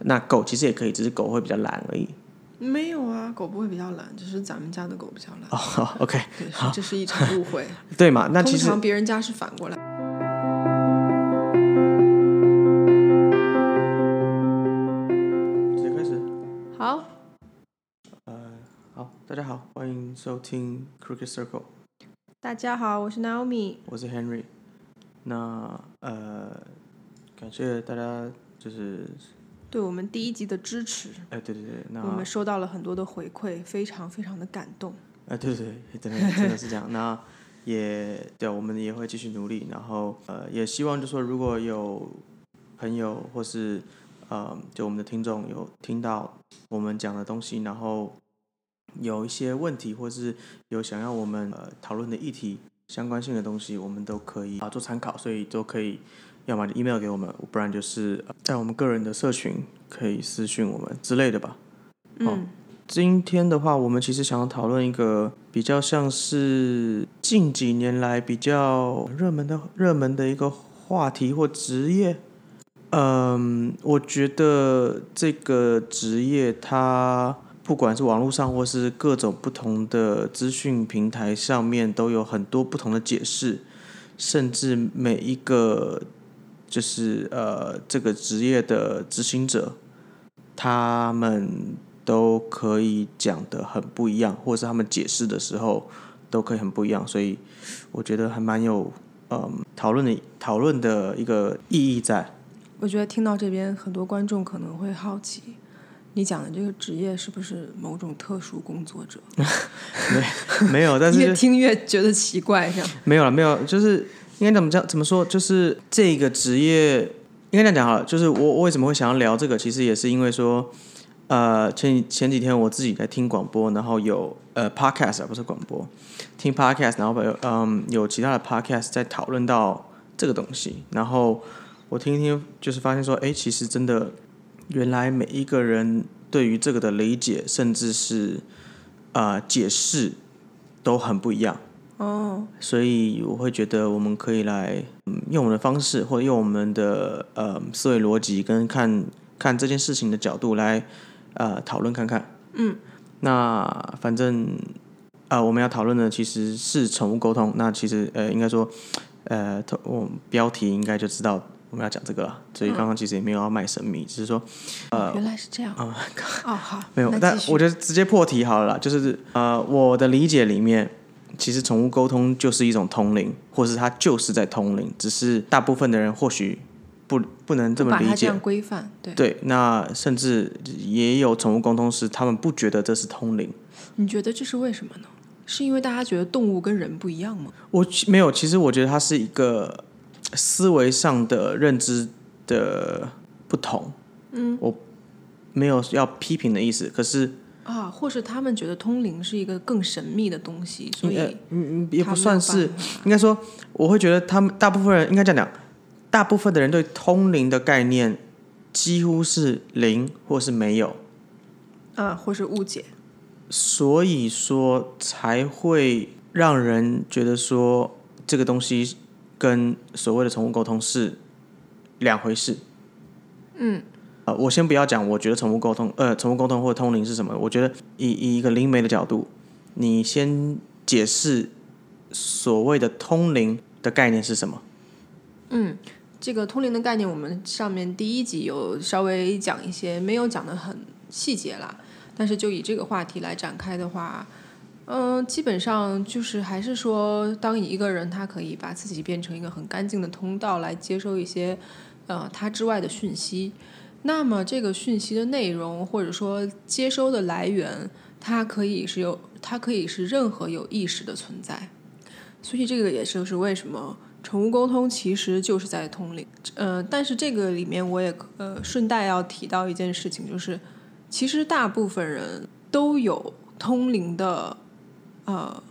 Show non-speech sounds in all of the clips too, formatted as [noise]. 那狗其实也可以，只是狗会比较懒而已。没有啊，狗不会比较懒，只是咱们家的狗比较懒。哦、好 o k 对，是这是一场误会。 [laughs] 对嘛？ [laughs] 那其通实常别人家是反过来。直接开始。好，好，大家好，欢迎收听 Crooked Circle，大家好，我是 Naomi。我是 Henry。那呃，感谢大家，就是对我们第一集的支持，哎，对对对，那我们收到了很多的回馈，非常非常的感动。啊，对对对，真的真的是这样。那也对，我们也会继续努力，然后呃，也希望就说如果有朋友或是呃，就我们的听众有听到我们讲的东西，然后有一些问题或是有想要我们呃讨论的议题相关性的东西，我们都可以啊、做参考，所以都可以。要么就 email 给我们，不然就是呃在我们个人的社群可以私讯我们之类的吧。嗯，今天的话，我们其实想要讨论一个比较像是近几年来比较热门的热门的一个话题或职业。嗯，我觉得这个职业它不管是网络上或是各种不同的资讯平台上面，都有很多不同的解释，甚至每一个就是呃这个职业的执行者，他们都可以讲的很不一样，或是他们解释的时候都可以很不一样，所以我觉得还蛮有嗯讨论的讨论的一个意义在。 [laughs] 我觉得听到这边，很多观众可能会好奇，你讲的这个职业是不是某种特殊工作者？没有，但越是听越觉得奇怪，这样。 [laughs] 没有了，没有，就是应该怎么讲？怎么说？就是这个职业应该这样讲好了。就是我我为什么会想要聊这个，其实也是因为说，呃，前前几天我自己在听广播，然后有呃 podcast 啊，不是广播，听 podcast，然后有嗯有其他的 podcast 在讨论到这个东西，然后我听一听，就是发现说，哎，其实真的原来每一个人对于这个的理解，甚至是呃解释都很不一样。哦，所以我会觉得我们可以来，嗯，用我们的方式或者用我们的呃思维逻辑跟看看这件事情的角度来呃讨论看看。嗯，那反正啊、呃我们要讨论的其实是宠物沟通。那其实呃应该说呃头我们标题应该就知道我们要讲这个了，所以刚刚其实也没有要卖神秘，只是说原来是这样。 [laughs] 哦，好，呃没有那，但继续我觉得直接破题好了啦，就是呃，我的理解里面，其实宠物沟通就是一种通灵，或是它就是在通灵，只是大部分的人或许不不能这就么把理它这解样。规范，对。对，那甚至也有宠物沟通师，他们不觉得这是通灵。你觉得这是为什么呢？是因为大家觉得动物跟人不一样吗？我其没有，其实我觉得它是一个思维上的认知的不同。嗯，我没有要批评的意思，可是啊，或是他们觉得通灵是一个更神秘的东西，所以呃嗯嗯也他不没有算是办法应该说，我会觉得他们大部分人应该这样讲，大部分的人对通灵的概念几乎是零或是没有，啊，或是误解。所以说才会让人觉得说这个东西跟所谓的宠物沟通是两回事。嗯，呃，我先不要讲，我觉得宠物沟通，呃，宠物沟通或通灵是什么？我觉得以以一个灵媒的角度，你先解释所谓的通灵的概念是什么。这个通灵的概念，我们上面第一集有稍微讲一些，没有讲的很细节啦。但是就以这个话题来展开的话，嗯、基本上就是还是说，当一个人他可以把自己变成一个很干净的通道来接收一些，呃，他之外的讯息，那么这个讯息的内容或者说接收的来源，它可以是有，它可以是任何有意识的存在。所以这个也就是为什么宠物沟通其实就是在通灵。呃，但是这个里面我也呃顺带要提到一件事情，就是其实大部分人都有通灵的呃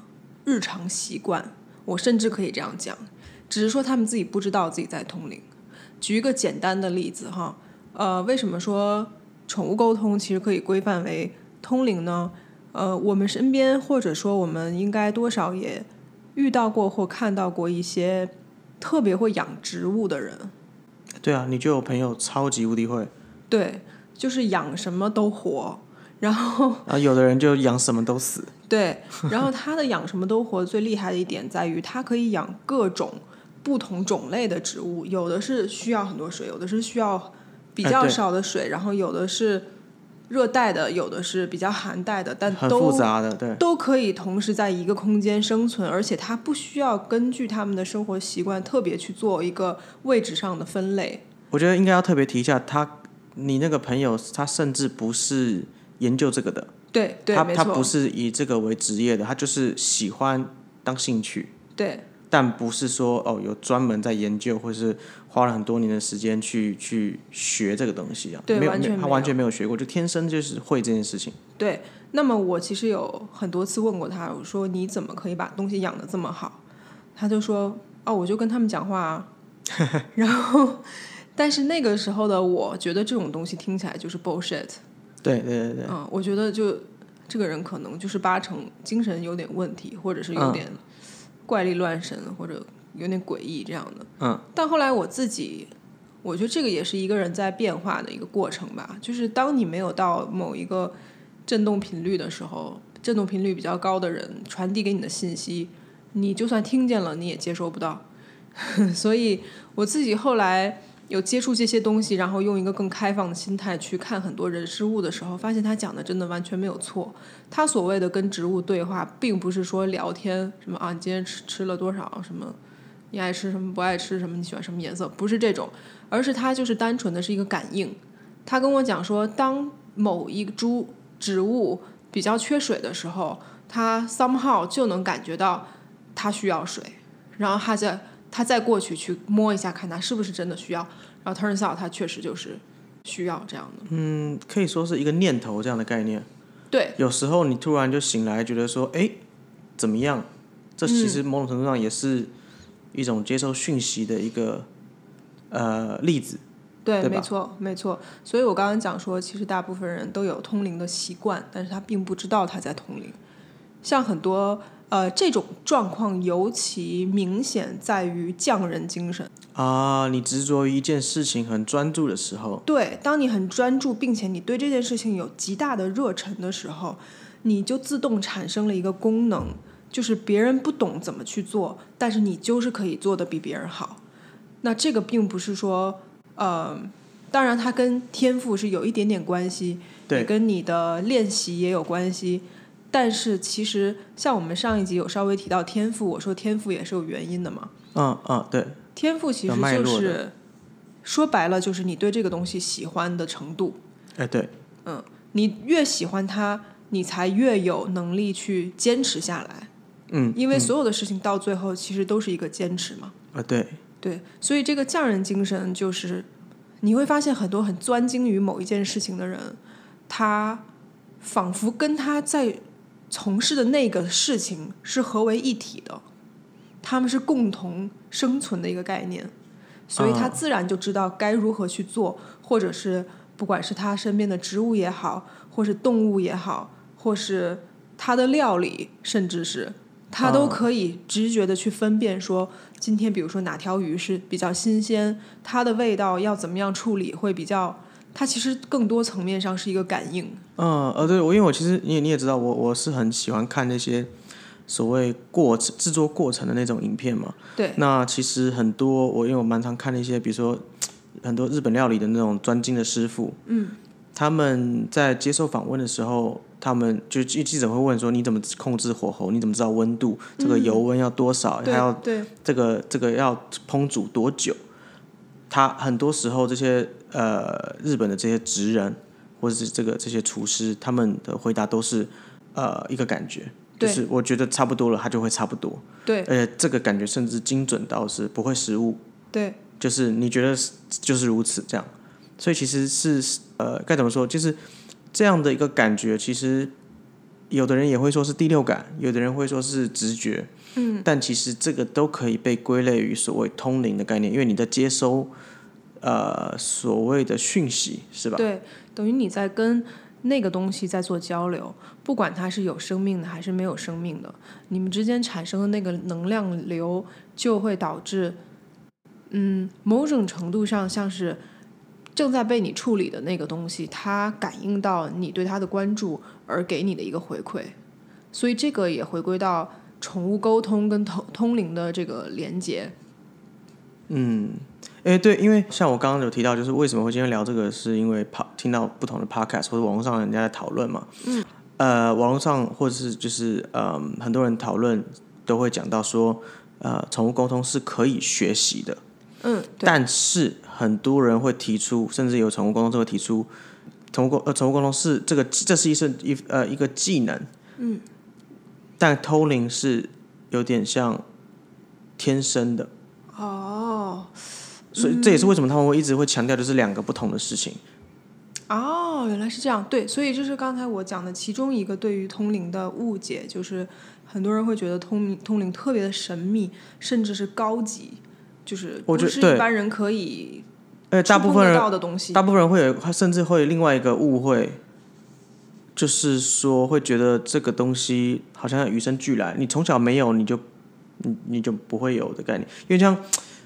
日常习惯，我甚至可以这样讲，只是说他们自己不知道自己在通灵。举一个简单的例子哈，呃，为什么说宠物沟通其实可以规范为通灵呢？呃，我们身边或者说我们应该多少也遇到过或看到过一些特别会养植物的人，对啊，你就有朋友超级无敌会，对就是养什么都活，然后啊，有的人就养什么都死，对，然后它的养什么都活最厉害的一点在于，它可以养各种不同种类的植物，有的是需要很多水，有的是需要比哎较对少的水，然后有的是热带的，有的是比较寒带的，但很都复杂的，对，都可以同时在一个空间生存，而且它不需要根据它们的生活习惯特别去做一个位置上的分类。我觉得应该要特别提一下，他你那个朋友，他甚至不是研究这个的，对对，他没他不错，是以这个为职业的，他就是喜欢当兴趣，对但不是说哦有专门在研究，或是花了很多年的时间去去学这个东西啊，对没有完没全有他没完有全没有学过，就天生就是会这件事情。对。那么我其实有很多次问过他，我说你怎么可以把东西养得这么好？他就说哦，我就跟他们讲话啊。然后，但是那个时候的我觉得这种东西听起来就是 bullshit。对对对对，嗯，我觉得就这个人可能就是八成精神有点问题，或者是有嗯点怪力乱神，或者有点诡异这样的。嗯，但后来我自己，我觉得这个也是一个人在变化的一个过程吧。就是当你没有到某一个振动频率的时候，振动频率比较高的人传递给你的信息，你就算听见了，你也接收不到。 [laughs] 所以我自己后来有接触这些东西，然后用一个更开放的心态去看很多人事物的时候，发现他讲的真的完全没有错。他所谓的跟植物对话，并不是说聊天什么啊，你今天吃吃了多少什么。你爱吃什么，不爱吃什么，你喜欢什么颜色，不是这种，而是他就是单纯的是一个感应。他跟我讲说，当某一株植物比较缺水的时候，它 somehow 就能感觉到它需要水，然后他再他再过去去摸一下，看它是不是真的需要，然后 turns out 它确实就是需要这样的。嗯，可以说是一个念头这样的概念。对有时候你突然就醒来，觉得说，哎，怎么样？这其实某种程度上也是一种接受讯息的一个呃例子。对，对吧没错没错。所以我刚刚讲说，其实大部分人都有通灵的习惯，但是他并不知道他在通灵。像很多呃这种状况，尤其明显在于匠人精神。啊，你执着于一件事情很专注的时候，对，当你很专注，并且你对这件事情有极大的热忱的时候，你就自动产生了一个功能，就是别人不懂怎么去做，但是你就是可以做得比别人好。那这个并不是说，呃，当然它跟天赋是有一点点关系，对也跟你的练习也有关系。但是其实像我们上一集有稍微提到天赋，我说天赋也是有原因的嘛。嗯嗯，对，天赋其有实脉就络的是说白了，就是你对这个东西喜欢的程度。哎对，嗯，你越喜欢它，你才越有能力去坚持下来。嗯，因为嗯所有的事情到最后其实都是一个坚持嘛。啊对，对，所以这个匠人精神就是，你会发现很多很钻精于某一件事情的人，他仿佛跟他在从事的那个事情是合为一体的，他们是共同生存的一个概念，所以他啊自然就知道该如何去做，或者是不管是他身边的植物也好，或是动物也好，或是他的料理，甚至是他都啊可以直觉的去分辨说，今天比如说哪条鱼是比较新鲜，它的味道要怎么样处理会比较，它其实更多层面上是一个感应。嗯呃对，我因为我其实你也你也知道，我我是很喜欢看那些所谓过程制作过程的那种影片嘛。对那其实很多，我因为我蛮常看一些，比如说很多日本料理的那种专精的师傅，嗯，他们在接受访问的时候，他们就记记者会问说，你怎么控制火候？你怎么知道温度？这个油温要多少？还对要嗯对这个这个要烹煮多久？他很多时候这些呃日本的这些职人或者是这个这些厨师，他们的回答都是呃一个感觉，就对是我觉得差不多了，他就会差不多。对而呃且这个感觉甚至精准到是不会失误，对就是你觉得是就是如此这样，所以其实是呃该怎么说，就是这样的一个感觉，其实有的人也会说是第六感，有的人会说是直觉，嗯，但其实这个都可以被归类于所谓通灵的概念，因为你在接收呃所谓的讯息是吧？对，等于你在跟那个东西在做交流，不管它是有生命的还是没有生命的，你们之间产生的那个能量流就会导致，嗯，某种程度上像是正在被你处理的那个东西，它感应到你对它的关注而给你的一个回馈。所以这个也回归到宠物沟通跟通通灵的这个连接。嗯，哎，对，因为像我刚刚有提到，就是为什么会今天聊这个，是因为 po- 听到不同的 podcast 或者网络上人家在讨论嘛。嗯。呃，网络上或者是就是嗯，很多人讨论都会讲到说，呃，宠物沟通是可以学习的，嗯，对，但是很多人会提出，甚至有宠物沟通就会提出，宠物沟呃宠物沟通是这个这是一是一呃一个技能。嗯。但偷灵是有点像天生的。哦所以这嗯也是为什么他们会一直会强调，就是两个不同的事情。哦，原来是这样。对，所以这是刚才我讲的其中一个对于通灵的误解，就是很多人会觉得通灵通灵特别的神秘，甚至是高级，就是我不觉是对一般人可以而且大触部碰分得人，到的东西。大部分人会有，甚至会有另外一个误会，就是说会觉得这个东西好像与生俱来，你从小没有，你就你你就不会有的概念。因为像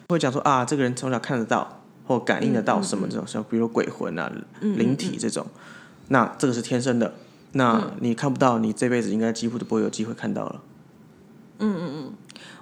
会讲说啊，这个人从小看得到或感应得到什嗯么这种，像比如鬼魂啊、灵体这种，那这个是天生的。那嗯你看不到，你这辈子应该几乎都不会有机会看到了。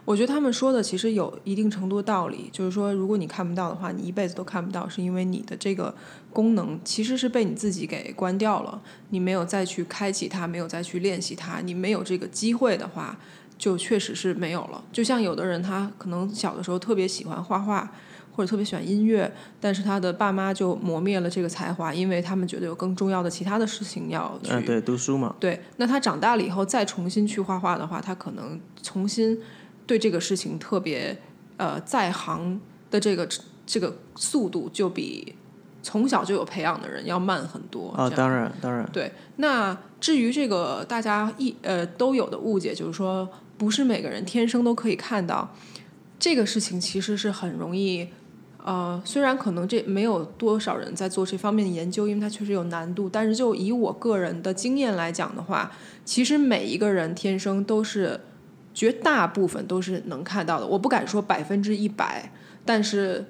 我觉得他们说的其实有一定程度的道理，就是说，如果你看不到的话，你一辈子都看不到，是因为你的这个功能其实是被你自己给关掉了，你没有再去开启它，没有再去练习它，你没有这个机会的话，就确实是没有了。就像有的人他可能小的时候特别喜欢画画，或者特别喜欢音乐，但是他的爸妈就磨灭了这个才华，因为他们觉得有更重要的其他的事情要去嗯、对，读书嘛，对，那他长大了以后再重新去画画的话，他可能重新对这个事情特别呃在行的这个这个速度就比从小就有培养的人要慢很多。啊、这样当然，当然。对，那至于这个大家一呃都有的误解，就是说不是每个人天生都可以看到，这个事情其实是很容易。呃，虽然可能这没有多少人在做这方面的研究，因为它确实有难度，但是就以我个人的经验来讲的话，其实每一个人天生都是绝大部分都是能看到的。我不敢说百分之一百，但是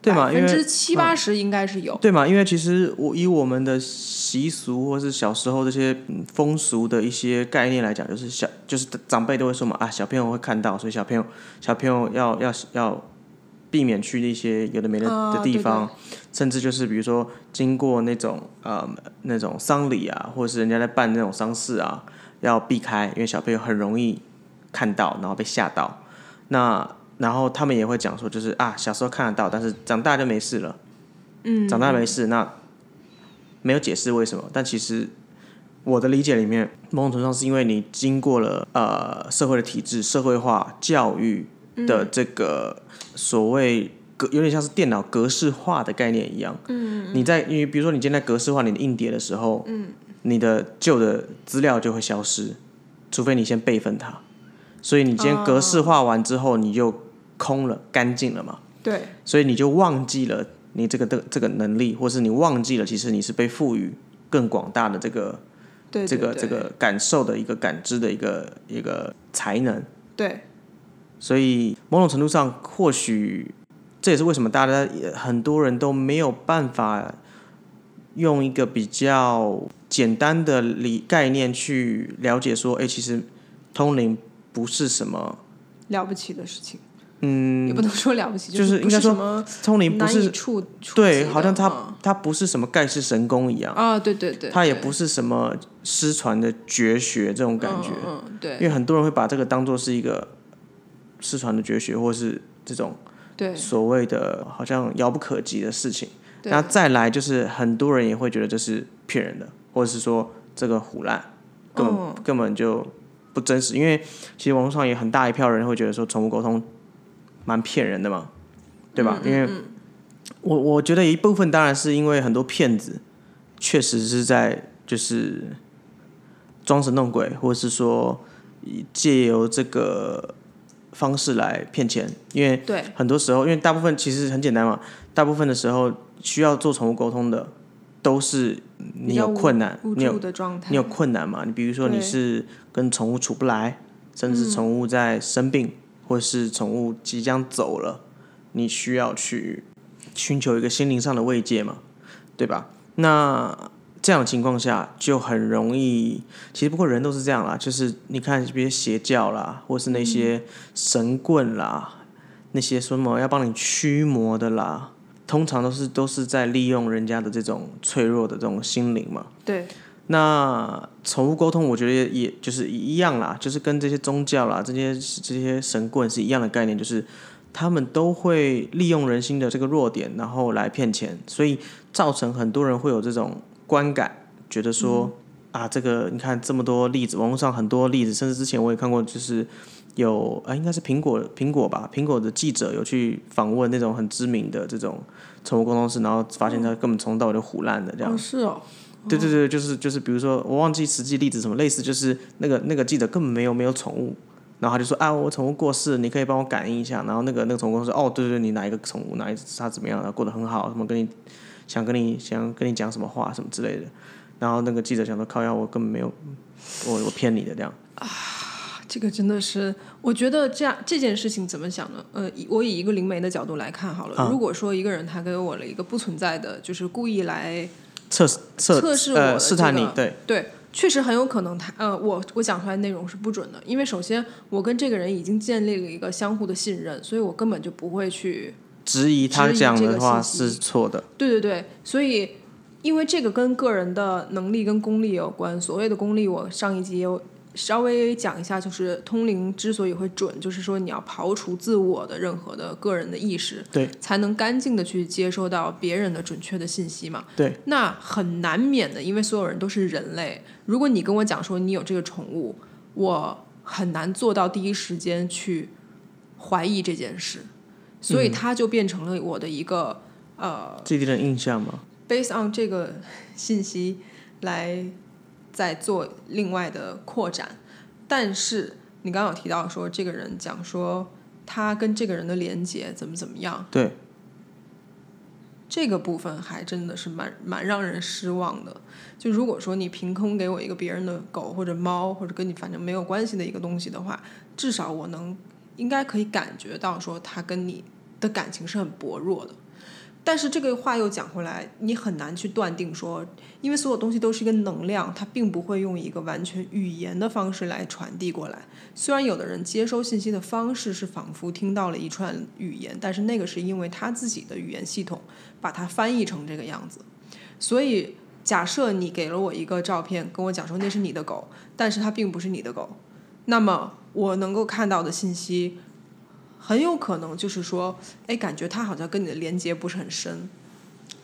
对嘛百因分为嗯之七八十应该是有。对嘛？因为其实我以我们的习俗或是小时候这些嗯风俗的一些概念来讲，就是小就是长辈都会说嘛啊，小朋友会看到，所以小朋友小朋友要要要避免去一些有的没的啊的地方，甚至就是比如说经过那种呃那种丧礼啊，或者是人家在办那种丧事啊，要避开，因为小朋友很容易看到，然后被吓到。那然后他们也会讲说，就是啊，小时候看得到，但是长大就没事了。嗯，长大没事，那没有解释为什么。但其实我的理解里面，某种程度上是因为你经过了呃社会的体制、社会化教育的这个所谓格，有点像是电脑格式化的概念一样。嗯，你在因为比如说你今天在格式化你的硬碟的时候，嗯，你的旧的资料就会消失，除非你先备份它。所以你今天格式化完之后，你就空了、干净了嘛。对，所以你就忘记了你这个的这个能力，或是你忘记了其实你是被赋予更广大的这个对，这个对这个感受的一个感知的一个一个才能。对，所以某种程度上，或许这也是为什么大家也很多人都没有办法用一个比较简单的理概念去了解说，哎、其实通灵不是什么，了不起的事情。嗯，也不能说了不起，就是是应该说不是通什灵么不难以是触触及对，的好像它、嗯它不是什么盖世神功一样。啊，对对对，它也对不是什么失传的绝学这种感觉，嗯嗯因对为很多人会把这个当做是一个失传的绝学，或是这种对所谓的好像遥不可及的事情。对那再来就是很多人也会觉得这是骗人的，或者是说这个胡乱，根本、嗯根本就不真实。因为其实网络上也很大一票人会觉得说宠物沟通蛮骗人的嘛，对嗯吧？因为我我觉得一部分当然是因为很多骗子确实是在就是装神弄鬼，或者是说以借由这个方式来骗钱，因为对很多时候，因为大部分其实很简单嘛，大部分的时候需要做宠物沟通的，都是你有困难，无你有助的状态，你有困难嘛？你比如说你对嗯是跟宠物处不来，甚至宠物在生病，或是宠物即将走了，你需要去寻求一个心灵上的慰藉嘛，对吧？那这样的情况下就很容易，其实不过人都是这样啦，就是你看别些邪教啦，或是那些嗯神棍啦，那些什么要帮你驱魔的啦，通常都是都是在利用人家的这种脆弱的这种心灵嘛。对，那宠物沟通，我觉得也也就是一样啦，就是跟这些宗教啦、这些这些神棍是一样的概念，就是他们都会利用人心的这个弱点，然后来骗钱，所以造成很多人会有这种观感，觉得说、啊，这个你看这么多例子，网络上很多例子，甚至之前我也看过，就是有啊，应该是苹果苹果吧，苹果的记者有去访问那种很知名的这种宠物沟通师，然后发现他根本从头到尾就胡烂的这样哦，。是哦，对对对，就是就是，比如说我忘记实际例子什么，类似就是那个那个记者根本没有没有宠物，然后他就说啊，我宠物过世，你可以帮我感应一下。然后那个那个宠物公司说，哦，对对对，你哪一个宠物，哪一只它怎么样，然后过得很好，什么跟你想跟你想跟你讲什么话什么之类的。然后那个记者想说，靠呀，我根本没有，我我骗你的这样。这个真的是，我觉得这样这件事情怎么讲呢？呃，以我以一个灵媒的角度来看好了，啊如果说一个人他给我了一个不存在的，就是故意来测测测试我的呃试探这你个，对对，确实很有可能他呃，我我讲出来的内容是不准的，因为首先我跟这个人已经建立了一个相互的信任，所以我根本就不会去，质疑他质疑讲这的个话信是息错的，对对对，所以因为这个跟个人的能力跟功力有关，所谓的功力，我上一集也有。稍微讲一下，就是通灵之所以会准，就是说你要刨除自我的任何的个人的意识，对才能干净的去接收到别人的准确的信息嘛。对那很难免的，因为所有人都是人类。如果你跟我讲说你有这个宠物，我很难做到第一时间去怀疑这件事，所嗯以它就变成了我的一个、自己的印象嘛。 based on 这个信息来再做另外的扩展。但是你刚刚有提到说，这个人讲说他跟这个人的连接怎么怎么样，对，这个部分还真的是蛮蛮让人失望的。就如果说你凭空给我一个别人的狗或者猫或者跟你反正没有关系的一个东西的话，至少我能应该可以感觉到说它跟你的感情是很薄弱的。但是这个话又讲回来，你很难去断定说，因为所有东西都是一个能量，它并不会用一个完全语言的方式来传递过来。虽然有的人接收信息的方式是仿佛听到了一串语言，但是那个是因为他自己的语言系统把它翻译成这个样子。所以，假设你给了我一个照片，跟我讲说那是你的狗，但是它并不是你的狗，那么我能够看到的信息，很有可能就是说，哎，感觉它好像跟你的连接不是很深，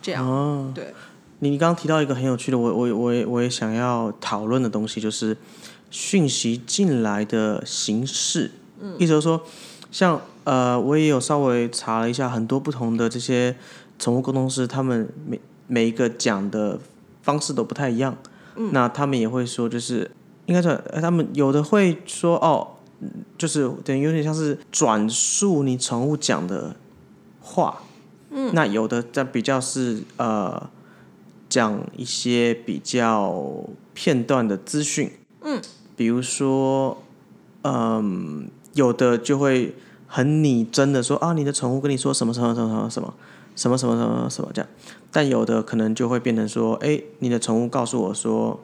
这样，哦对，你刚刚提到一个很有趣的，我我我也我也想要讨论的东西，就是讯息进来的形式。嗯，意思就是说，像呃，我也有稍微查了一下，很多不同的这些宠物沟通师，他们每每一个讲的方式都不太一样。嗯，那他们也会说，就是应该说，呃他们有的会说哦，嗯就是等于有点像是转述你宠物讲的话。嗯，那有的在比较是呃。讲一些比较片段的资讯，嗯，比如说，嗯，有的就会很拟真的说啊，你的宠物跟你说什么什么什么什么什么什么什么什么什么这样，但有的可能就会变成说，哎，你的宠物告诉我说，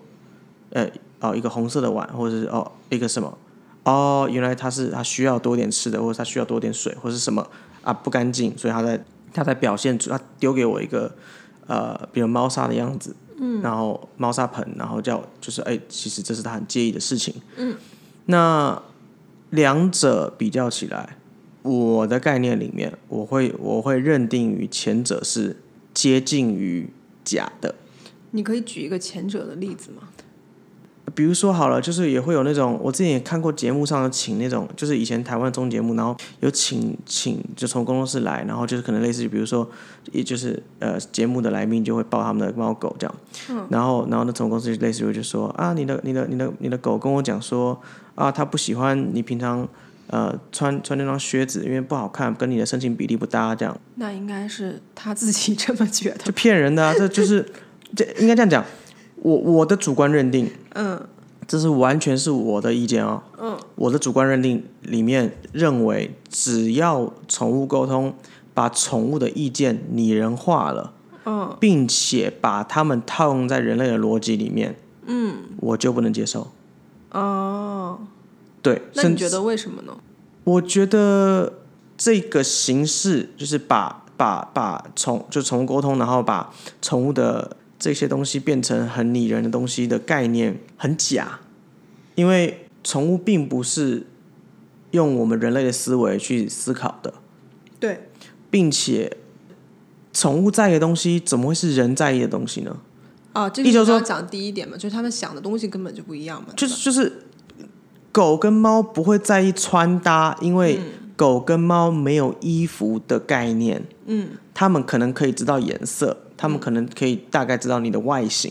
呃，哦，一个红色的碗，或者是哦一个什么，哦，原来它是它需要多点吃的，或者它需要多点水，或是什么啊不干净，所以它在它在表现出它丢给我一个。呃，比如猫砂的样子，嗯，然后猫砂盆，然后叫就是哎，其实这是他很介意的事情，嗯，那两者比较起来，我的概念里面，我会我会认定于前者是接近于假的，你可以举一个前者的例子吗？比如说好了，就是也会有那种，我之前也看过节目上有请那种，就是以前台湾综艺节目，然后有请请就从工作室来，然后就是可能类似于比如说，也就是呃节目的来宾就会抱他们的猫狗这样，然后然后那从公司就类似于就说啊，你的你的你的你的狗跟我讲说啊，它不喜欢你平常呃穿穿那双靴子，因为不好看，跟你的身形比例不搭这样。那应该是他自己 [laughs] 这么觉得就，骗人的啊！这就是 [laughs] 这应该这样讲，我我的主观认定，嗯，这是完全是我的意见哦，嗯，我的主观认定里面认为，只要宠物沟通把宠物的意见拟人化了，嗯并且把它们套用在人类的逻辑里面，嗯我就不能接受。哦，对，那你甚觉至得为什么呢？我觉得这个形式就是把把把宠就宠物沟通，然后把宠物的这些东西变成很拟人的东西的概念很假，因为宠物并不是用我们人类的思维去思考的，对，并且宠物在意的东西怎么会是人在意的东西呢？啊，这个也就是是要说讲第一点嘛，就是他们想的东西根本就不一样嘛，就对是吧就是狗跟猫不会在意穿搭，因为嗯狗跟猫没有衣服的概念。嗯他们可能可以知道颜色，他们可能可以大概知道你的外形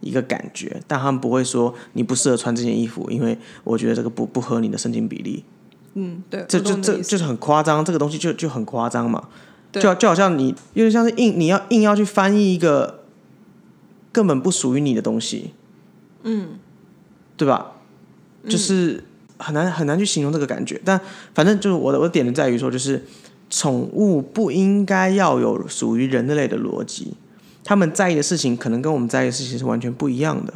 一个感觉，但他们不会说你不适合穿这件衣服，因为我觉得这个不不合你的身形比例。嗯，对，这我就懂你的这意思就是很夸张，这个东西就就很夸张嘛。对就就好像你有点像是硬你要硬要去翻译一个根本不属于你的东西，嗯对吧？就是很难很难去形容这个感觉。但反正就是我的我的点就在于说，就是宠物不应该要有属于人类的逻辑，他们在意的事情可能跟我们在意的事情是完全不一样的。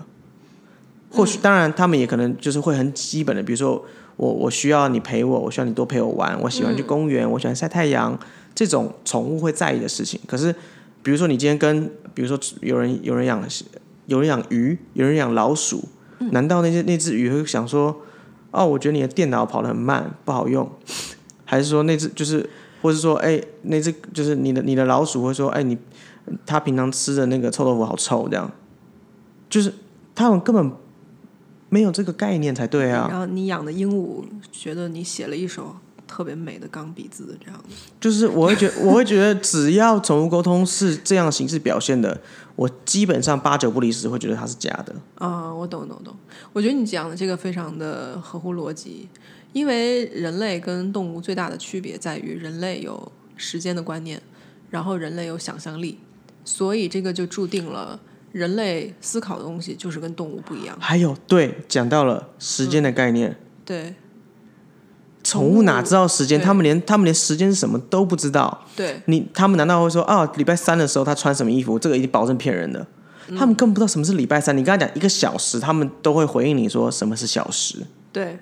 或嗯许当然，他们也可能就是会很基本的，比如说我我需要你陪我，我需要你多陪我玩，我喜欢去公园，我喜欢晒太阳，这种宠物会在意的事情。可是，比如说你今天跟，比如说有人有人养有人养鱼，有人养老鼠，难道那些那只鱼会想说，哦，我觉得你的电脑跑得很慢，不好用， [laughs] 还是说那只就是，或是说，哎、那只就是你的你的老鼠会说，哎、你它平常吃的那个臭豆腐好臭，这样，就是他们根本没有这个概念才对啊。然后你养的鹦鹉觉得你写了一手特别美的钢笔字，这样就是我会觉 [laughs] 我会觉得，只要宠物沟通是这样形式表现的，我基本上八九不离十会觉得它是假的。啊、我懂懂懂。我觉得你讲的这个非常的合乎逻辑，因为人类跟动物最大的区别在于人类有时间的观念，然后人类有想象力，所以这个就注定了人类思考的东西就是跟动物不一样。还有，对，讲到了时间的概念，对宠物哪知道时间？对他们连他们连时间是什么都不知道。对，你他们难道会说啊，礼拜三的时候他穿什么衣服？这个已经保证骗人的。他们根本不知道什么是礼拜三。你跟他讲一个小时，他们都会回应你说什么是小时，对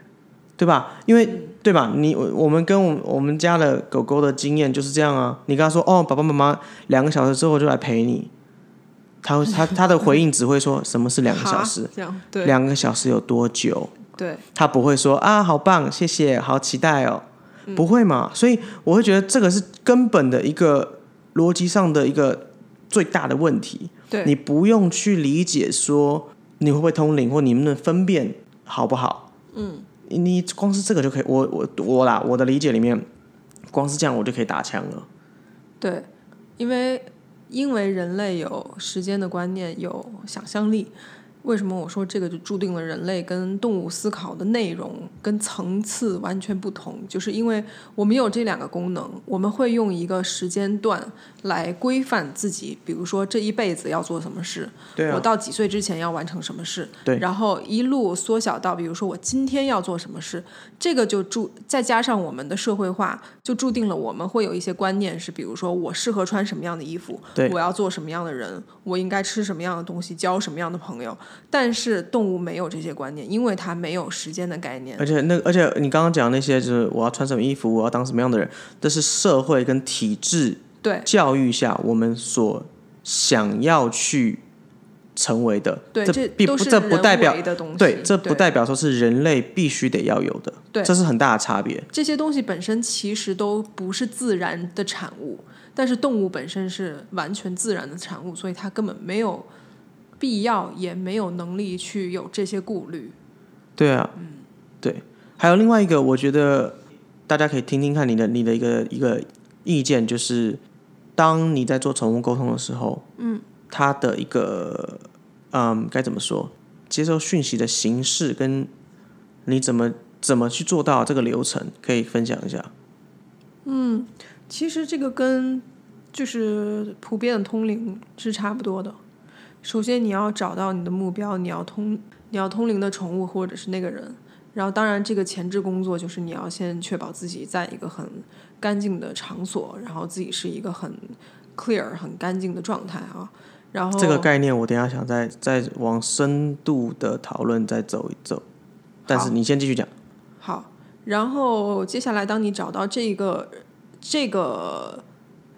对吧？因为、对吧？你我我们跟我们我们家的狗狗的经验就是这样啊。你跟他说哦，爸爸妈妈两个小时之后就来陪你，他他他的回应只会说什么是两个小时哈，这样对两个小时有多久？对他不会说啊，好棒，谢谢，好期待哦，不会嘛？所以我会觉得这个是根本的一个逻辑上的一个最大的问题。对，你不用去理解说你会不会通灵，或你能不能分辨好不好。嗯，你光是这个就可以，我我我啦，我的理解里面，光是这样我就可以打枪了。对，因为因为人类有时间的观念，有想象力。为什么我说这个就注定了人类跟动物思考的内容跟层次完全不同？就是因为我们有这两个功能，我们会用一个时间段来规范自己，比如说这一辈子要做什么事，对我啊，到几岁之前要完成什么事，对然后一路缩小到，比如说我今天要做什么事，这个就注再加上我们的社会化，就注定了我们会有一些观念是，比如说我适合穿什么样的衣服，对我要做什么样的人，我应该吃什么样的东西，交什么样的朋友。但是动物没有这些观念，因为它没有时间的概念而。且那而且你刚刚讲那些，就是我要穿什么衣服，我要当什么样的人，这是社会跟体制对教育下我们所想要去成为的。对，这并都不是这不代表人为的东西，对，这不代表说是人类必须得要有的，对这是很大的差别。这些东西本身其实都不是自然的产物，但是动物本身是完全自然的产物，所以它根本没有必要，也没有能力去有这些顾虑。对啊，嗯对。还有另外一个，我觉得大家可以听听看你的你的一个一个意见，就是当你在做宠物沟通的时候，嗯，它的一个嗯该怎么说，接收讯息的形式跟你怎么怎么去做到这个流程，可以分享一下。其实这个跟就是普遍的通灵是差不多的。首先，你要找到你的目标，你要通你要通灵的宠物或者是那个人，然后，当然，这个前置工作就是你要先确保自己在一个很干净的场所，然后自己是一个很 clear、很干净的状态啊。然后这个概念我等一下想再再往深度的讨论再走一走，但是你先继续讲。好，然后接下来，当你找到这个这个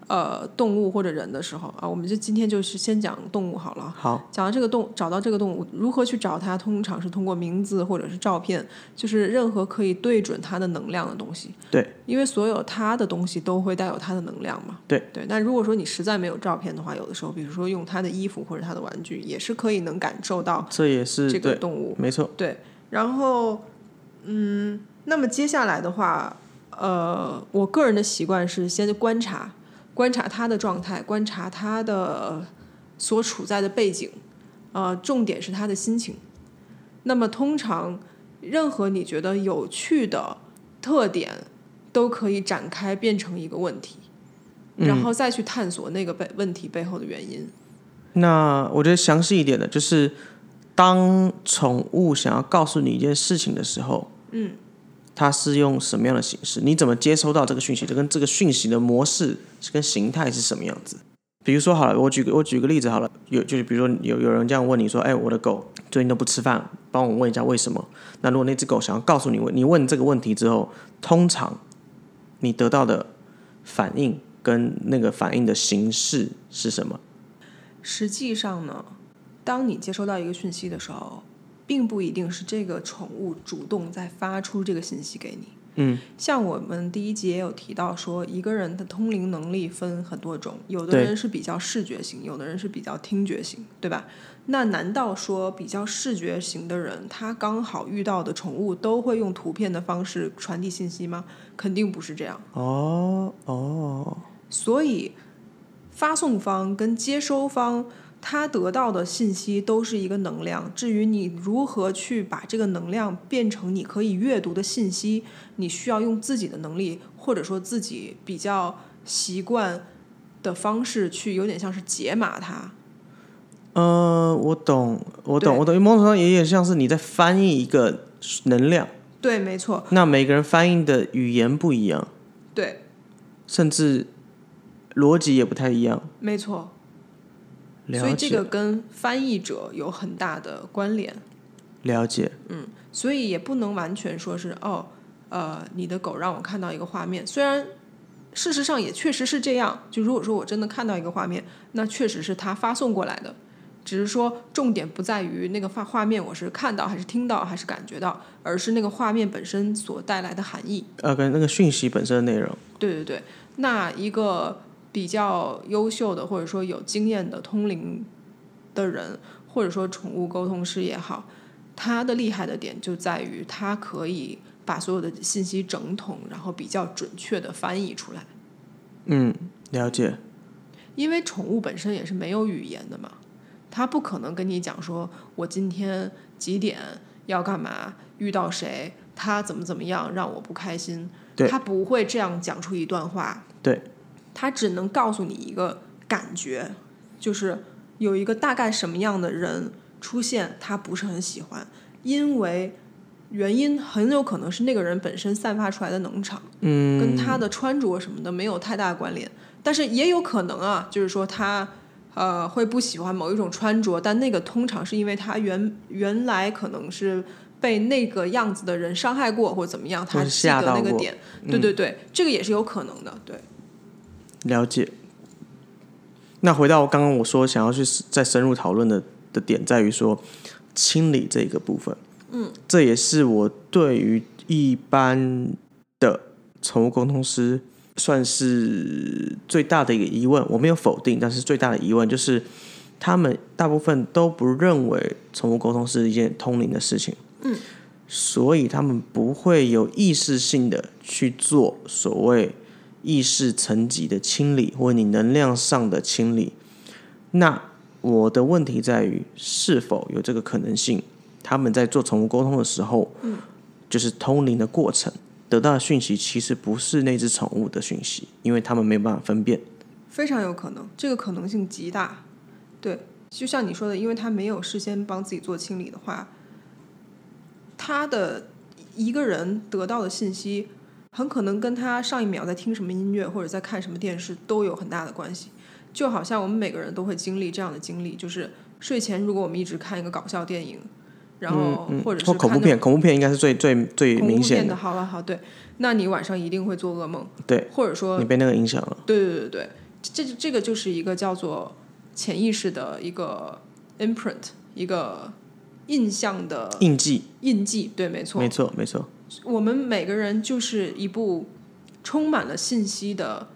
呃动物或者人的时候啊，我们就今天就是先讲动物好了。好，讲到这个动，找到这个动物，如何去找它，通常是通过名字或者是照片，就是任何可以对准它的能量的东西。对，因为所有它的东西都会带有它的能量嘛。对对，那如果说你实在没有照片的话，有的时候，比如说用它的衣服或者它的玩具，也是可以能感受到这也是哦这个对，动物。没错，对，然后，嗯，那么接下来的话，呃，我个人的习惯是先观察，观察他的状态，观察他的所处在的背景，呃，重点是他的心情。那么通常，任何你觉得有趣的特点，都可以展开变成一个问题，然后再去探索那个背问题背后的原因。那我觉得详细一点的，就是当宠物想要告诉你一件事情的时候，嗯，它是用什么样的形式？你怎么接收到这个讯息？这跟这个讯息的模式跟形态是什么样子？比如说好了，我举个我举个例子好了，有就是比如说有有人这样问你说，哎，我的狗最近都不吃饭，帮我问一下为什么？那如果那只狗想要告诉你问你问这个问题之后，通常你得到的反应跟那个反应的形式是什么？实际上呢，当你接收到一个讯息的时候，并不一定是这个宠物主动在发出这个信息给你。嗯，像我们第一集也有提到说，一个人的通灵能力分很多种，有的对人是比较视觉型，有的人是比较听觉型，对吧？那难道说比较视觉型的人，他刚好遇到的宠物都会用图片的方式传递信息吗？肯定不是这样。哦哦，所以发送方跟接收方他得到的信息都是一个能量。至于你如何去把这个能量变成你可以阅读的信息，你需要用自己的能力，或者说自己比较习惯的方式去，有点像是解码它。呃，我懂，我懂，对我懂。因为某种程度上也有点像是你在翻译一个能量，对，没错，那每个人翻译的语言不一样，对，甚至逻辑也不太一样。没错。了所以解，这个跟翻译者有很大的关联。了解，所以也不能完全说是哦，呃，你的狗让我看到一个画面，虽然事实上也确实是这样。就如果说我真的看到一个画面，那确实是它发送过来的，只是说重点不在于那个画画面我是看到还是听到还是感觉到，而是那个画面本身所带来的含义。呃，跟那个讯息本身的内容，对对对，那一个比较优秀的或者说有经验的通灵的人，或者说宠物沟通师也好，他的厉害的点就在于他可以把所有的信息整统，然后比较准确的翻译出来。嗯，了解，因为宠物本身也是没有语言的嘛，它不可能跟你讲说我今天几点要干嘛，遇到谁，它怎么怎么样让我不开心对，它不会这样讲出一段话，对，它只能告诉你一个感觉，就是有一个大概什么样的人出现，他不是很喜欢，因为。原因很有可能是那个人本身散发出来的能场，嗯，跟他的穿着什么的没有太大关联，但是也有可能啊，就是说他呃会不喜欢某一种穿着，但那个通常是因为他原原来可能是被那个样子的人伤害过或者怎么样，或是他记吓得到那个过嗯点，对对对，这个也是有可能的，对，了解。那回到刚刚我说想要去再深入讨论的的点，在于说清理这个部分。嗯，这也是我对于一般的宠物沟通师算是最大的一个疑问。我没有否定，但是最大的疑问就是，他们大部分都不认为宠物沟通是一件通灵的事情。嗯，所以他们不会有意识性的去做所谓意识层级的清理，或你能量上的清理。那我的问题在于，是否有这个可能性？他们在做宠物沟通的时候，嗯、就是通灵的过程，得到的讯息其实不是那只宠物的讯息，因为他们没有办法分辨。非常有可能，这个可能性极大，对，就像你说的，因为他没有事先帮自己做清理的话，他的一个人得到的信息，很可能跟他上一秒在听什么音乐或者在看什么电视都有很大的关系。就好像我们每个人都会经历这样的经历，就是睡前如果我们一直看一个搞笑电影，然后嗯，或者是或看恐怖那片，恐怖片应该是最最最恐明怖片显的，好了好对，那你晚上一定会做噩梦，对，或者说你被那个影响了。对对对对，这这这个就是一个叫做潜意识的一个 imprint，一个印象的印记，印记。对，没错没，错，没错，我们每个人就是一部充满了信息的，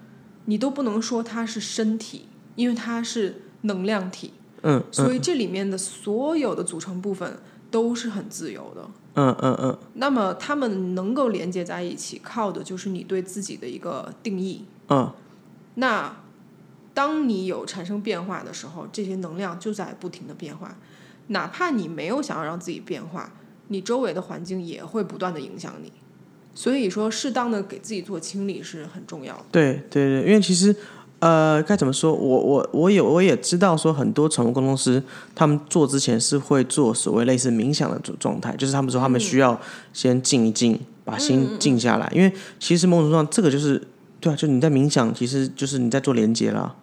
你都不能说它是身体，因为它是能量体，嗯所以这里面的所有的组成部分都是很自由的。嗯嗯嗯，那么它们能够连接在一起，靠的就是你对自己的一个定义。嗯，那当你有产生变化的时候，这些能量就在不停的变化，哪怕你没有想要让自己变化，你周围的环境也会不断的影响你。所以说，适当的给自己做清理是很重要的。对对对，因为其实呃，该怎么说？我我我也我也知道说，很多宠物沟通师他们做之前是会做所谓类似冥想的状状态，就是他们说他们需要先静一静，把心静下来，因为其实某种程度上这个就是对啊，就你在冥想，其实就是你在做连接啦，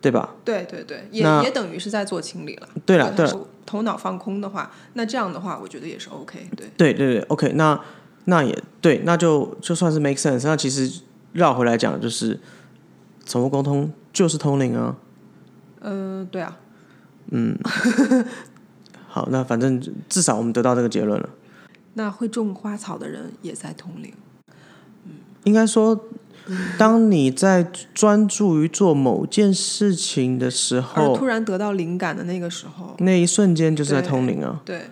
对吧？对对对，也那也等于是在做清理了。对了对了，头头脑放空的话，那这样的话，我觉得也是 OK。对，对对对，OK，那那也对，那就就算是 make sense。那其实绕回来讲，就是宠物沟通就是通灵啊。嗯、对啊，好，那反正至少我们得到这个结论了。那会种花草的人也在通灵。应该说，当你在专注于做某件事情的时而候突，然得到灵感的那个时候，那一瞬间就是在对通灵啊。对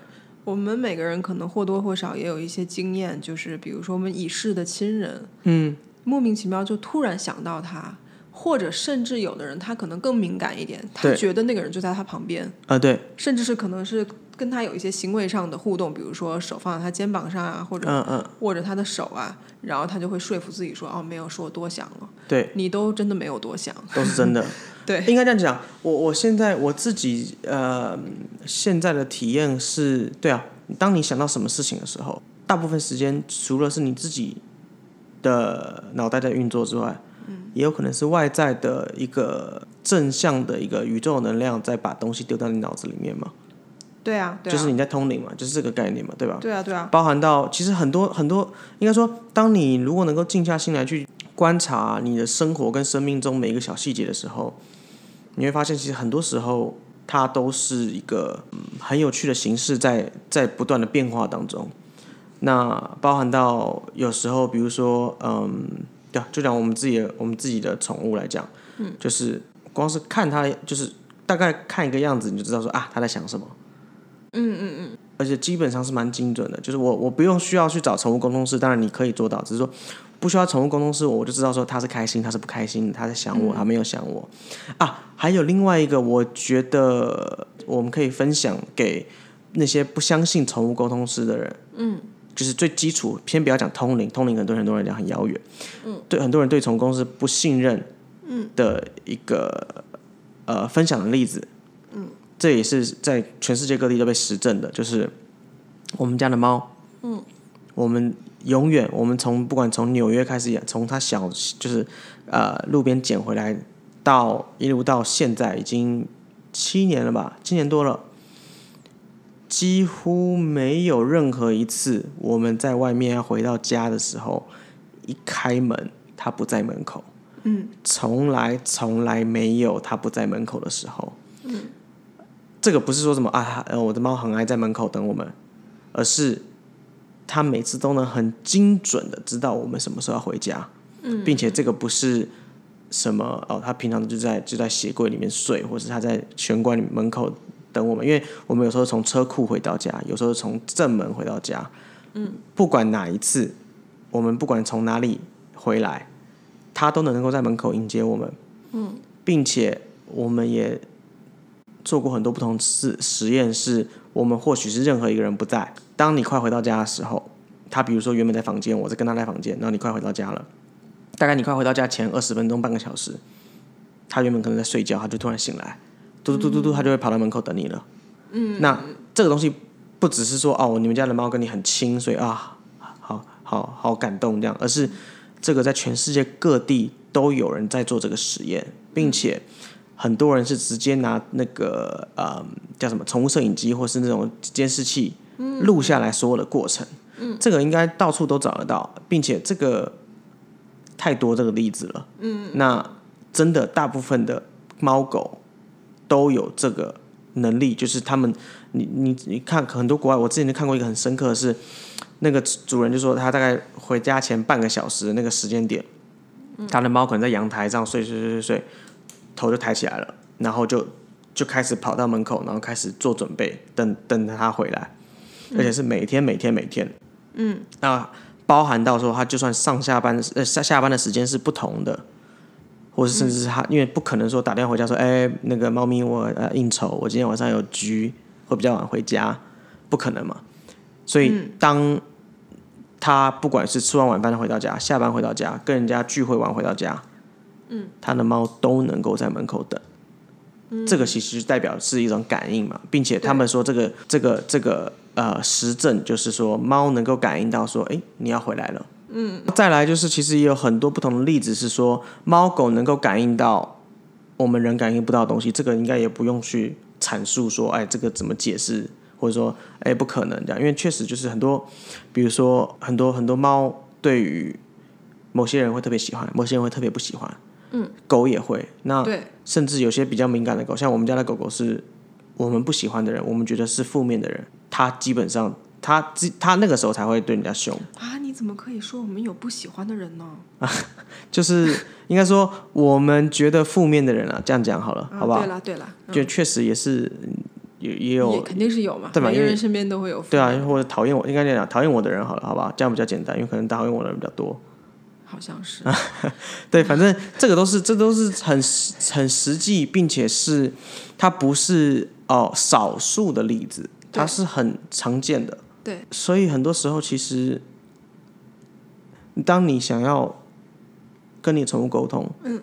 我们每个人可能或多或少也有一些经验，就是比如说我们已逝的亲人，嗯，莫名其妙就突然想到他，或者甚至有的人他可能更敏感一点，他对觉得那个人就在他旁边，啊、对，甚至是可能是跟他有一些行为上的互动，比如说手放在他肩膀上啊，或者嗯嗯，握着他的手啊，然后他就会说服自己说，哦，没有，是我多想了，对，你都真的没有多想，都是真的。 [laughs] 对，应该这样讲，我我现在我自己呃现在的体验是，对啊，当你想到什么事情的时候，大部分时间除了是你自己的脑袋在运作之外，嗯也有可能是外在的一个正向的一个宇宙能量在把东西丢到你脑子里面嘛，对啊，对啊，就是你在通灵嘛，就是这个概念嘛，对吧？对啊，对啊，包含到其实很多很多，应该说，当你如果能够静下心来去观察你的生活跟生命中每一个小细节的时候，你会发现，其实很多时候它都是一个、嗯、很有趣的形式在在不断的变化当中。那包含到有时候，比如说，嗯，对啊，就讲我们自己的我们自己的宠物来讲，嗯，就是光是看它，就是大概看一个样子，你就知道说啊，它在想什么。而且基本上是蛮精准的，就是我我不用需要去找宠物沟通师，当然你可以做到，只是说不需要宠物沟通师，我就知道说他是开心，他是不开心的，他在想我，他没有想我啊。还有另外一个，我觉得我们可以分享给那些不相信宠物沟通师的人，嗯，就是最基础，先不要讲通灵，通灵很多很多人讲很遥远，嗯，对很多人对宠物公司不信任，嗯的一个呃分享的例子，嗯，这也是在全世界各地都被实证的，就是我们家的猫，嗯，我们永远我们从不管从纽约开始养，从它小就是呃路边捡回来到一路到现在已经七年了吧，七年多了。几乎没有任何一次我们在外面要回到家的时候，一开门它不在门口，嗯，从来从来没有它不在门口的时候，嗯，这个不是说什么啊，呃，我的猫很爱在门口等我们，而是它每次都能很精准的知道我们什么时候要回家，嗯，并且这个不是。什么哦？它平常就在就在鞋柜里面睡，或是它在玄关里门口等我们，因为我们有时候从车库回到家，有时候从正门回到家，嗯，不管哪一次，我们不管从哪里回来，他都能够在门口迎接我们，嗯，并且我们也做过很多不同实实验，是我们或许是任何一个人不在，当你快回到家的时候，他比如说原本在房间，我在跟他在房间，然后你快回到家了，大概你快回到家前二十分钟半个小时，他原本可能在睡觉，他就突然醒来，嘟嘟嘟嘟嘟，他就会跑到门口等你了。嗯，那这个东西不只是说哦，你们家的猫跟你很亲，所以啊，好好感动这样，而是这个在全世界各地都有人在做这个实验，并且很多人是直接拿那个呃叫什么宠物摄影机或是那种监视器录下来所有的过程。嗯，这个应该到处都找得到，并且这个太多这个例子了。嗯，那真的大部分的猫狗都有这个能力，就是他们，你你你看很多国外，我之前就看过一个很深刻的是，那个主人就说他大概回家前半个小时的那个时间点，他的猫可能在阳台上睡睡睡睡睡，头就抬起来了，然后就就开始跑到门口，然后开始做准备，等等它回来，而且是每天每天每天，嗯，那包含到说他就算上下班呃下下班的时间是不同的，或是甚至是他，因为不可能说打电话回家说，哎、那个猫咪我呃应酬，我今天晚上有局，会比较晚回家，不可能嘛。所以当他不管是吃完晚饭回到家，下班回到家，跟人家聚会完回到家，嗯，他的猫都能够在门口等。这个其实代表是一种感应嘛，并且他们说这个这个这个呃实证就是说猫能够感应到说，哎，你要回来了。嗯，再来就是其实也有很多不同的例子是说猫狗能够感应到我们人感应不到的东西，这个应该也不用去阐述说，哎，这个怎么解释，或者说，哎，不可能这样，因为确实就是很多，比如说很多很多猫对于某些人会特别喜欢，某些人会特别不喜欢。嗯，狗也会。那对，甚至有些比较敏感的狗，像我们家的狗狗是我们不喜欢的人，我们觉得是负面的人，它基本上它自它那个时候才会对人家凶， [laughs] 啊，你怎么可以说我们有不喜欢的人呢？就是应该说我们觉得负面的人啊，这样讲好了，啊，好不好对？啦对啦，嗯就确实也是嗯也也也有肯定是有嘛，对吧每因个为人身边都会有。对啊，，或者讨厌我，应该这样讲，讨厌我的人好了，好不好？这样比较简单，因为可能讨厌我的人比较多。好像是。啊对，反正这个都是这都是很实很实际，并且是它不是哦、少数的例子，它对是很常见的。对，所以很多时候其实，当你想要跟你宠物沟通，嗯，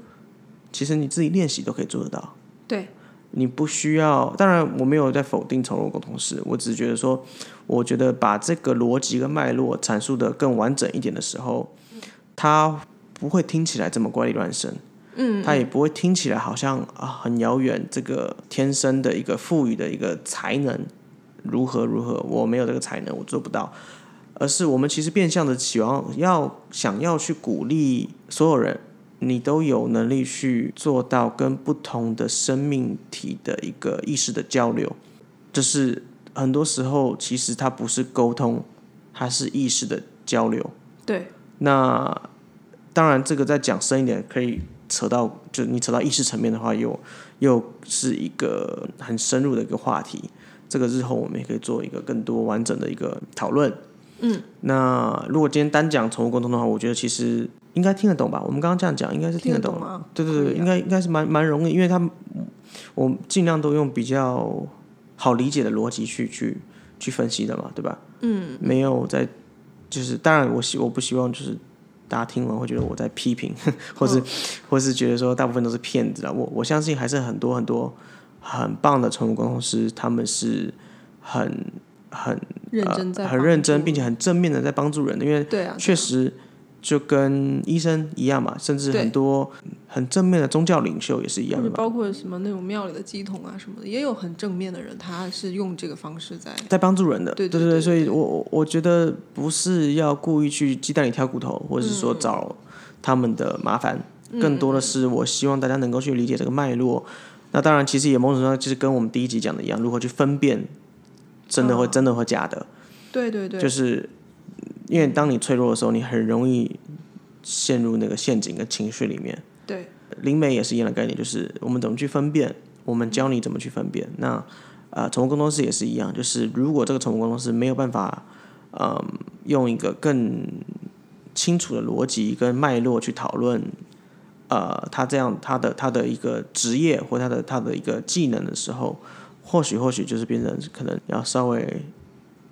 其实你自己练习都可以做得到。对，你不需要，当然我没有在否定宠物沟通师，我只是觉得说，我觉得把这个逻辑跟脉络阐述的更完整一点的时候，它不会听起来这么怪力乱神，嗯，它也不会听起来好像啊很遥远，这个天生的一个赋予的一个才能如何如何，我没有这个才能，我做不到，而是我们其实变相的希望要想要去鼓励所有人，你都有能力去做到跟不同的生命体的一个意识的交流，就是很多时候其实它不是沟通，它是意识的交流。对，那当然，这个再讲深一点，可以扯到，就你扯到意识层面的话，又又是一个很深入的一个话题。这个日后我们也可以做一个更多完整的一个讨论。嗯，那如果今天单讲宠物沟通的话，我觉得其实应该听得懂吧？我们刚刚这样讲，应该是听得得懂懂的吗？对对对，可以啊应该应该是蛮蛮容易，因为他们我尽量都用比较好理解的逻辑去去去分析的嘛，对吧？嗯，没有在就是当然我希我不希望就是大家听完会觉得我在批评， [laughs] 或哦是、或是觉得说大部分都是骗子了。啊我我相信还是很多很多很棒的宠物沟通师，他们是很很认真在、呃、很认真，并。且很正面的在帮助人的，因为对啊，确实就跟医生一样嘛，甚至对很多很正面的宗教领袖也是一或样的者嘛，包括什么那种庙里的鸡桶啊什么的，也有很正面的人，他是用这个方式在在帮助人的。对对对对所以对我我我觉得不是要故意去鸡蛋里挑骨头，或者是嗯说找他们的麻烦，更多的是我希望大家能够去理解这个脉络。那当然，其实也某种程度上就是跟我们第一集讲的一样，如何去分辨真的会、真的和假的。对嗯对对，就是因为当你脆弱的时候，你很容易陷入那个陷阱跟情绪里面。对灵媒也是一样的概念，就是我们怎么去分辨，我们教你怎么去分辨。那呃，宠物工作室也是一样，就是如果这个宠物工作室没有办法，嗯、用一个更清楚的逻辑跟脉络去讨论，呃，他这样他的他的一个职业或他的他的一个技能的时候，或许或许就是变成可能要稍微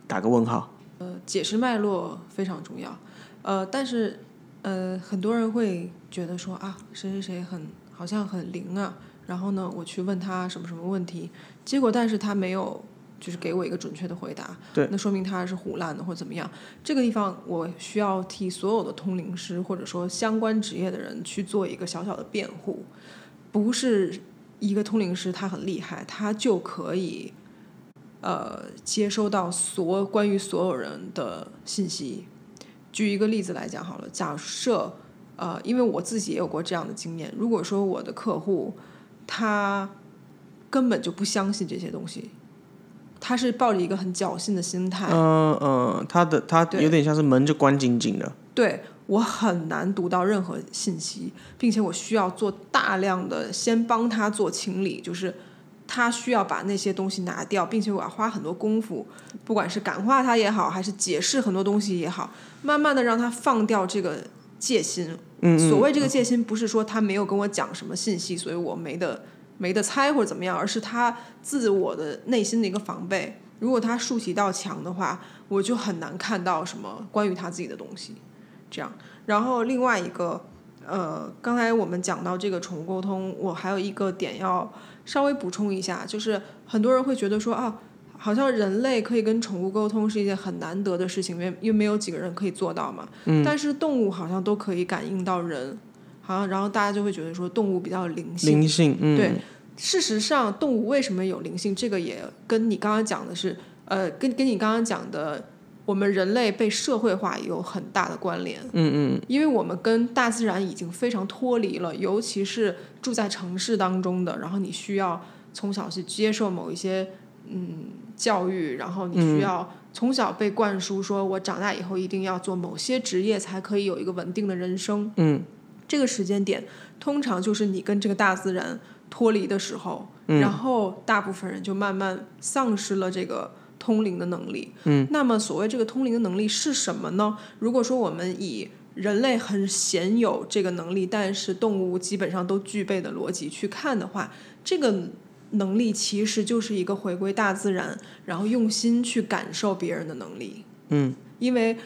打个问号。呃，解释脉络非常重要。呃，但是呃，很多人会觉得说啊，谁谁谁很好像很灵啊，然后呢，我去问他什么什么问题，结果但是他没有就是给我一个准确的回答，对那说明他是胡乱的或怎么样。这个地方我需要替所有的通灵师或者说相关职业的人去做一个小小的辩护，不是一个通灵师他很厉害，他就可以呃接收到所关于所有人的信息。举一个例子来讲好了，假设呃，因为我自己也有过这样的经验，如果说我的客户他根本就不相信这些东西。他是抱着一个很侥幸的心态，嗯嗯，他的他对有点像是门就关紧紧的，对我很难读到任何信息，并且我需要做大量的先帮他做清理，就是他需要把那些东西拿掉，并且我要花很多功夫，不管是感化他也好，还是解释很多东西也好，慢慢的让他放掉这个戒心。嗯嗯，所谓这个戒心，不是说他没有跟我讲什么信息，所以我没得没得猜或者怎么样，而是他自我的内心的一个防备。如果他竖起一道墙的话，我就很难看到什么关于他自己的东西。这样，然后另外一个，呃，刚才我们讲到这个宠物沟通，我还有一个点要稍微补充一下，就是很多人会觉得说啊，好像人类可以跟宠物沟通是一件很难得的事情，因为因为没有几个人可以做到嘛。嗯。但是动物好像都可以感应到人，好像然后大家就会觉得说动物比较灵性。灵性，嗯，对，事实上，动物为什么有灵性，这个也跟你刚刚讲的是，呃，跟跟你刚刚讲的，我们人类被社会化有很大的关联。嗯嗯，因为我们跟大自然已经非常脱离了，尤其是住在城市当中的，然后你需要从小去接受某一些嗯教育，然后你嗯需要从小被灌输说，我长大以后一定要做某些职业才可以有一个稳定的人生。嗯，这个时间点通常就是你跟这个大自然脱离的时候，然后大部分人就慢慢丧失了这个通灵的能力。嗯，那么所谓这个通灵的能力是什么呢？如果说我们以人类很鲜有这个能力，但是动物基本上都具备的逻辑去看的话，这个能力其实就是一个回归大自然，然后用心去感受别人的能力。嗯，因为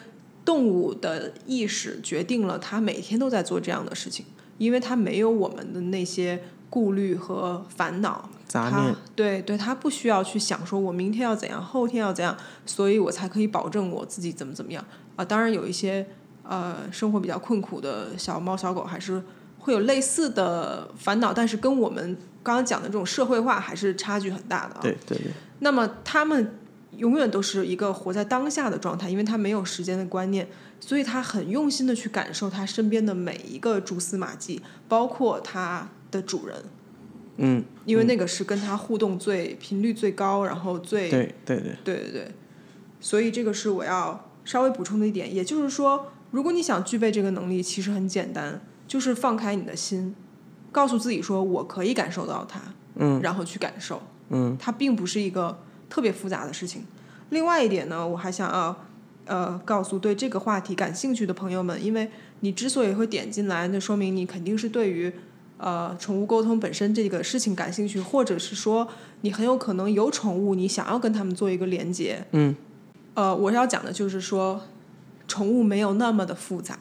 动物的意识决定了它每天都在做这样的事情，因为它没有我们的那些顾虑和烦恼。杂他念，对对，他不需要去想说我明天要怎样，后天要怎样，所以我才可以保证我自己怎么怎么样啊。当然有一些呃生活比较困苦的小猫小狗还是会有类似的烦恼，但是跟我们刚刚讲的这种社会化还是差距很大的啊。对对对，那么他们永远都是一个活在当下的状态，因为他没有时间的观念，所以他很用心的去感受他身边的每一个蛛丝马迹，包括他的主人。嗯，因为那个是跟他互动最频率最高，然后最对对对，对对对，所以这个是我要稍微补充的一点。也就是说，如果你想具备这个能力，其实很简单，就是放开你的心，告诉自己说我可以感受到它，嗯，然后去感受，嗯，它并不是一个特别复杂的事情。另外一点呢，我还想要呃告诉对这个话题感兴趣的朋友们，因为你之所以会点进来，那说明你肯定是对于。呃，宠物沟通本身这个事情感兴趣，或者是说你很有可能有宠物，你想要跟他们做一个连接。嗯，呃，我要讲的就是说，宠物没有那么的复杂，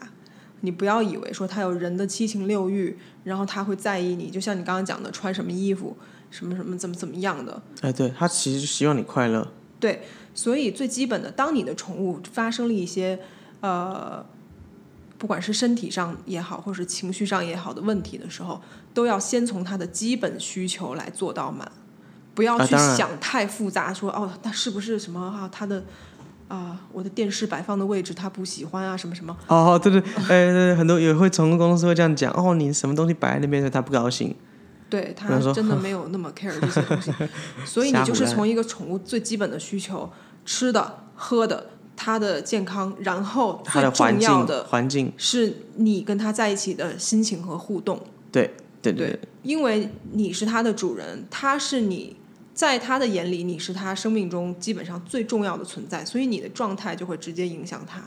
你不要以为说它有人的七情六欲，然后它会在意你，就像你刚刚讲的穿什么衣服，什么什么怎么怎么样的。哎，对他其实希望你快乐，对，所以最基本的，当你的宠物发生了一些呃，不管是身体上也好，或是情绪上也好的问题的时候，都要先从它的基本需求来做到满，不要啊去当然想太复杂，说哦，它是不是什么啊，它的。啊，我的电视摆放的位置它不喜欢啊，什么什么，哦，对对，哎对对，很多也会宠物公司会这样讲，哦，你什么东西摆在那边，所以他不高兴，对比它方说真的没有那么 care 这些 [laughs] 东西，所以你就是瞎胡从一个宠物最基本的需求，吃的、喝的、它的健康，然后他最的环重要境的环境，是你跟他在一起的心情和互动，对对对，因为你是他的主人，他是你，在他的眼里，你是他生命中基本上最重要的存在，所以你的状态就会直接影响他。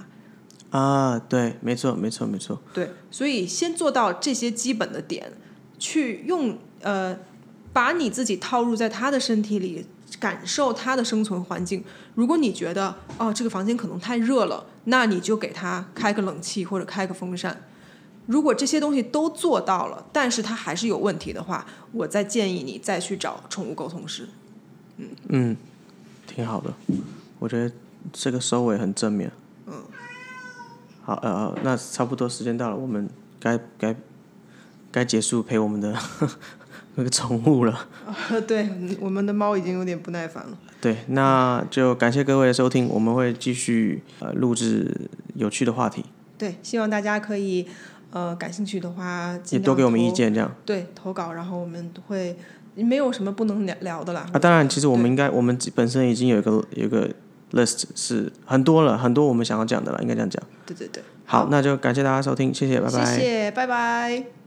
啊，对，没错没错没错，对，所以先做到这些基本的点，去用呃，把你自己套入在他的身体里，感受他的生存环境。如果你觉得哦这个房间可能太热了，那你就给他开个冷气或者开个风扇。如果这些东西都做到了，但是他还是有问题的话，我再建议你再去找宠物沟通师。嗯，挺好的，我觉得这个收尾很正面。嗯。好，呃，呃那差不多时间到了，我们该该该结束陪我们的 [laughs] 那个宠物了。对，嗯我们的猫已经有点不耐烦了。对，那就感谢各位的收听，我们会继续呃录制有趣的话题，对，希望大家可以，呃，感兴趣的话，也尽量多给我们投意。见，这样对，投稿，然后我们会没有什么不能聊聊的啦。啊。当然，其实我们应该我们本身已经有一个有一个 list 是很多了，很多我们想要讲的了，应该这样讲。对对对，好，那就感谢大家收听，谢谢，拜拜。谢谢，拜拜。